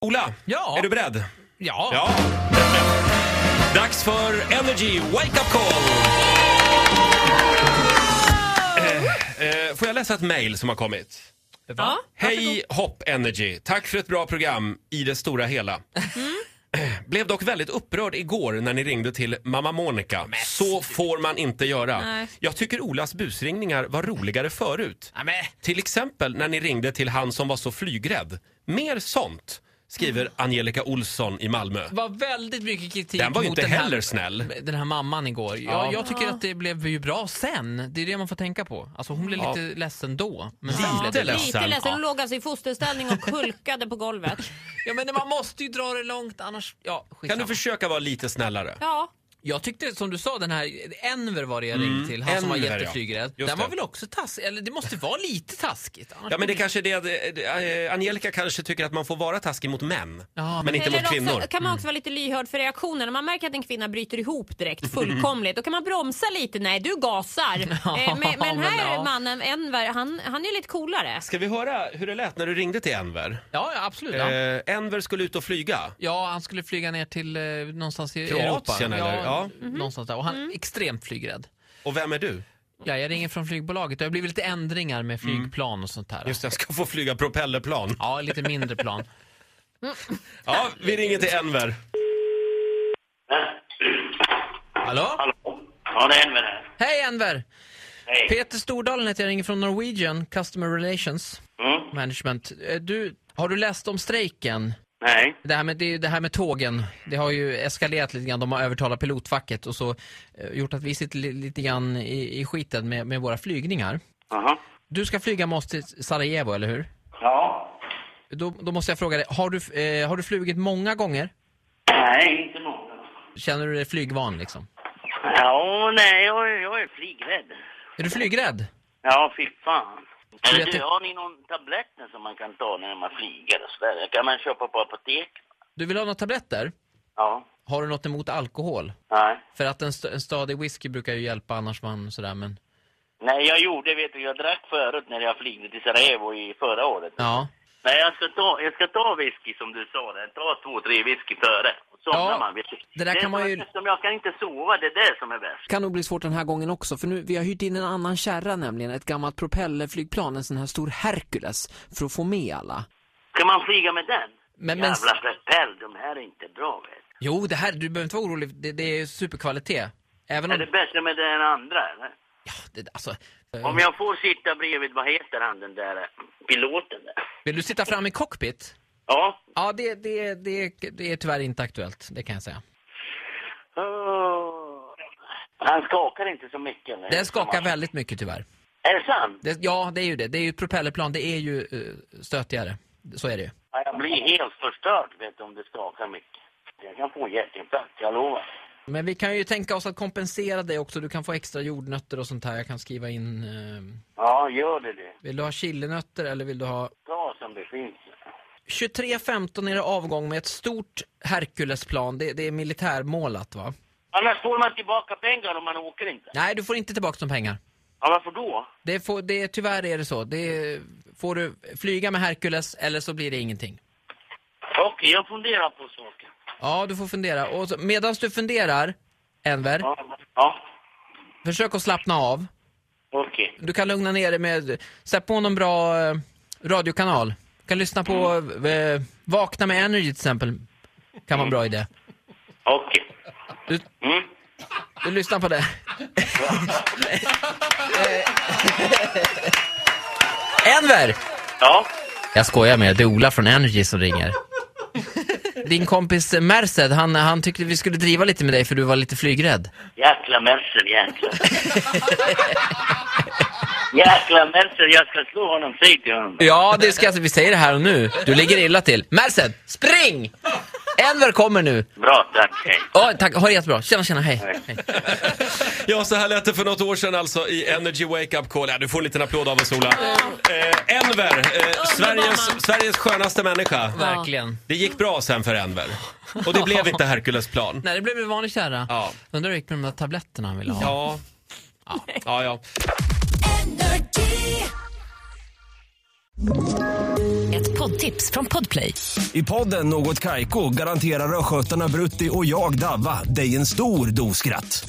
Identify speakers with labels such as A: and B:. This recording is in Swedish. A: Ola,
B: Ja.
A: är du beredd?
B: Ja.
A: Ja. Dags för Energy Wake Up Call! Eh, eh, Får jag läsa ett mejl som har kommit?
B: Va?
A: Hej Hopp Energy! Tack för ett bra program i det stora hela. Eh, Blev dock väldigt upprörd igår när ni ringde till mamma Monica. Så får man inte göra.
C: Nej.
A: Jag tycker Olas busringningar var roligare förut.
B: Ja, men.
A: Till exempel när ni ringde till han som var så flygrädd. Mer sånt,
B: Mm.
A: skriver Angelica Olsson i Malmö.
B: Det var väldigt mycket kritik
A: Den var ju
B: mot
A: inte
B: den här-
A: heller snäll.
B: Den här mamman igår. Ja,
A: Ja.
B: Jag tycker att det blev ju bra sen. Det är det man får tänka på. Alltså hon blev lite ledsen då. Men sen
A: Lite
B: blev det bra.
A: ledsen.
C: Lite ledsen. Hon
B: Ja.
C: låg alltså i fosterställning och kulkade på golvet.
B: ja men man måste ju dra det långt annars... Ja,
A: Kan du
B: skitsamma.
A: försöka vara lite snällare?
C: Ja,
B: Jag tyckte som du sa den här Enver var det jag ringde till. Han som var
A: Mm. Enver, ja.
B: jätteflygrädd.
A: Just
B: Den var
A: det.
B: väl också taskig? Eller det måste vara lite taskigt. Annars
A: Ja men det kanske är det, det, eh, Angelica kanske tycker att man får vara taskig mot män,
B: Ja,
A: men inte
C: Eller
A: mot
C: också
A: kvinnor. Mm.
C: kan man också vara lite lyhörd för reaktioner. Om man märker att en kvinna bryter ihop direkt fullkomligt, då kan man bromsa lite. Nej, du gasar. eh, men, men den
B: Men,
C: här
B: ja.
C: mannen, Enver, han, han är lite coolare.
A: Ska vi höra hur det lät när du ringde till Enver?
B: Ja, ja absolut. Ja.
A: Eh, Enver skulle ut och flyga.
B: ja, han skulle flyga ner till eh, någonstans i
A: Kroatien
B: Europa.
A: eller? Ja.
B: Någonstans där. Och han är extremt flygrädd.
A: Och vem är du?
B: Ja, jag ringer från flygbolaget. Det har blivit lite ändringar med flygplan och sånt där.
A: Just det, jag ska få flyga propellerplan.
B: Ja, lite mindre plan.
A: Ja, vi ringer till Enver.
B: Hallå?
D: Hallå? Ja, det är Enver här.
B: Hej Enver!
D: Hej.
B: Peter Stordalen heter jag, ringer från Norwegian Customer Relations
D: Mm.
B: Management. Eh, Du, har du läst om strejken?
D: Nej.
B: Det här, med, det, det här med tågen, det har ju eskalerat lite grann. De har övertalat pilotfacket och så eh, gjort att vi sitter li, lite grann i, i skiten med, med våra flygningar.
D: Jaha.
B: Du ska flyga med oss till Sarajevo, eller hur?
D: Ja.
B: Då, då måste jag fråga dig, har du, f- eh, har du flugit många gånger?
D: Nej, inte många.
B: Känner du dig flygvan liksom?
D: Ja, nej, jag, är- jag är flygrädd.
B: Är du flygrädd?
D: Ja, fy fan. Eller
B: vet
D: du,
B: du-
D: har ni någon tabletter som man kan ta när man flyger och sådär? Kan man köpa på apotek?
B: Du vill ha några tabletter?
D: Ja.
B: Har du något emot alkohol?
D: Nej.
B: För att en, st- en stadig whisky brukar ju hjälpa annars man sådär men...
D: Nej, jag gjorde, vet du, jag drack förut när jag flygde till Sarajevo i förra året.
B: Ja.
D: Nej, jag ska ta, jag ska ta whisky som du sa där. Ta två, tre whisky före. Och somnar
B: Ja,
D: man. Vet du.
B: det där kan
D: som
B: man
D: jag-
B: ju-
D: Eftersom jag kan inte sova, det är det som är värst.
E: kan nog bli svårt den här gången också, för nu, vi har hyrt in en annan kärra nämligen, ett gammalt propellerflygplan, en sån här stor Hercules, för att få med alla.
D: Ska man flyga med den?
B: Men- men-
D: Jävla propell, de här är inte bra vet du.
B: Jo, det här, du behöver inte vara orolig. Det, det är superkvalitet. Även
D: Är
B: om...
D: det bättre med den andra eller?
B: Ja, det, alltså...
D: Om jag får sitta bredvid, vad heter han den där eh, piloten där?
B: Vill du sitta fram i cockpit?
D: Ja.
B: Ja, det, det, det, det är tyvärr inte aktuellt, det kan jag säga.
D: Åh. Han skakar inte så mycket eller?
B: Den skakar väldigt mycket tyvärr.
D: Är det sant?
B: Det, ja, det är ju det. Det är ju ett propellerplan, det är ju eh, stötigare. Så är det ju.
D: Ja, Jag blir helt förstörd vet du, om det skakar mycket. Jag kan få hjärtinfarkt, jag lovar.
B: Men vi kan ju tänka oss att kompensera dig också. Du kan få extra jordnötter och sånt här. Jag kan skriva in... Eh,
D: Ja, gör det det.
B: vill du ha chilinötter eller vill du ha...
D: Ta som det finns.
B: 23.15 är det avgång med ett stort Herculesplan. Det, det är militärmålat va?
D: Annars får man tillbaka pengar om man åker inte.
B: Nej, du får inte tillbaka de pengar.
D: Ja, varför då?
B: Det får, det, tyvärr är det så. Det, får du flyga med Hercules eller så blir det ingenting.
D: Okej, jag funderar på saken.
B: Ja, du får fundera. Och så, medans du funderar, Enver,
D: Ja, ja.
B: försök att slappna av.
D: okej.
B: Du kan lugna ner dig med, sätt på någon bra eh, radiokanal. Du kan lyssna på eh, Vakna med Energy till exempel. Kan vara en bra idé.
D: Okej.
B: Du,
D: Mm.
B: du lyssnar på det. Enver!
D: Ja.
B: Jag skojar med er, det är Ola från Energy som ringer. Din kompis eh, Merced, han, han tyckte vi skulle driva lite med dig för du var lite flygrädd.
D: Jäkla Mercer, jäkla. jäkla Mercer, jag ska slå honom. Säg till honom.
B: Ja, det ska alltså, vi säger det här och nu. Du ligger illa till. Merced, spring! Enver kommer nu.
D: Bra, tack. Hej.
B: Ja, tack. Ha det jättebra. Tjena, tjena, hej. hej.
A: Ja, så här lät det för något år sedan alltså i Energy Wake Up Call. Ja, du får en liten applåd av oss Ola. Eh, Enver, eh,
C: man.
A: Sveriges, Sveriges skönaste människa.
B: Verkligen.
A: Det gick bra sen för Enver. Och det blev inte Herculesplan.
B: Nej, det blev en vanlig kärra.
A: Ja.
B: Undrar hur det gick med de där tabletterna han ville ha.
A: Ja. Ja, ja.
F: Ett poddtips från Podplay.
G: I podden Något Kaiko garanterar östgötarna Brutti och jag, Davva, dig en stor dos skratt.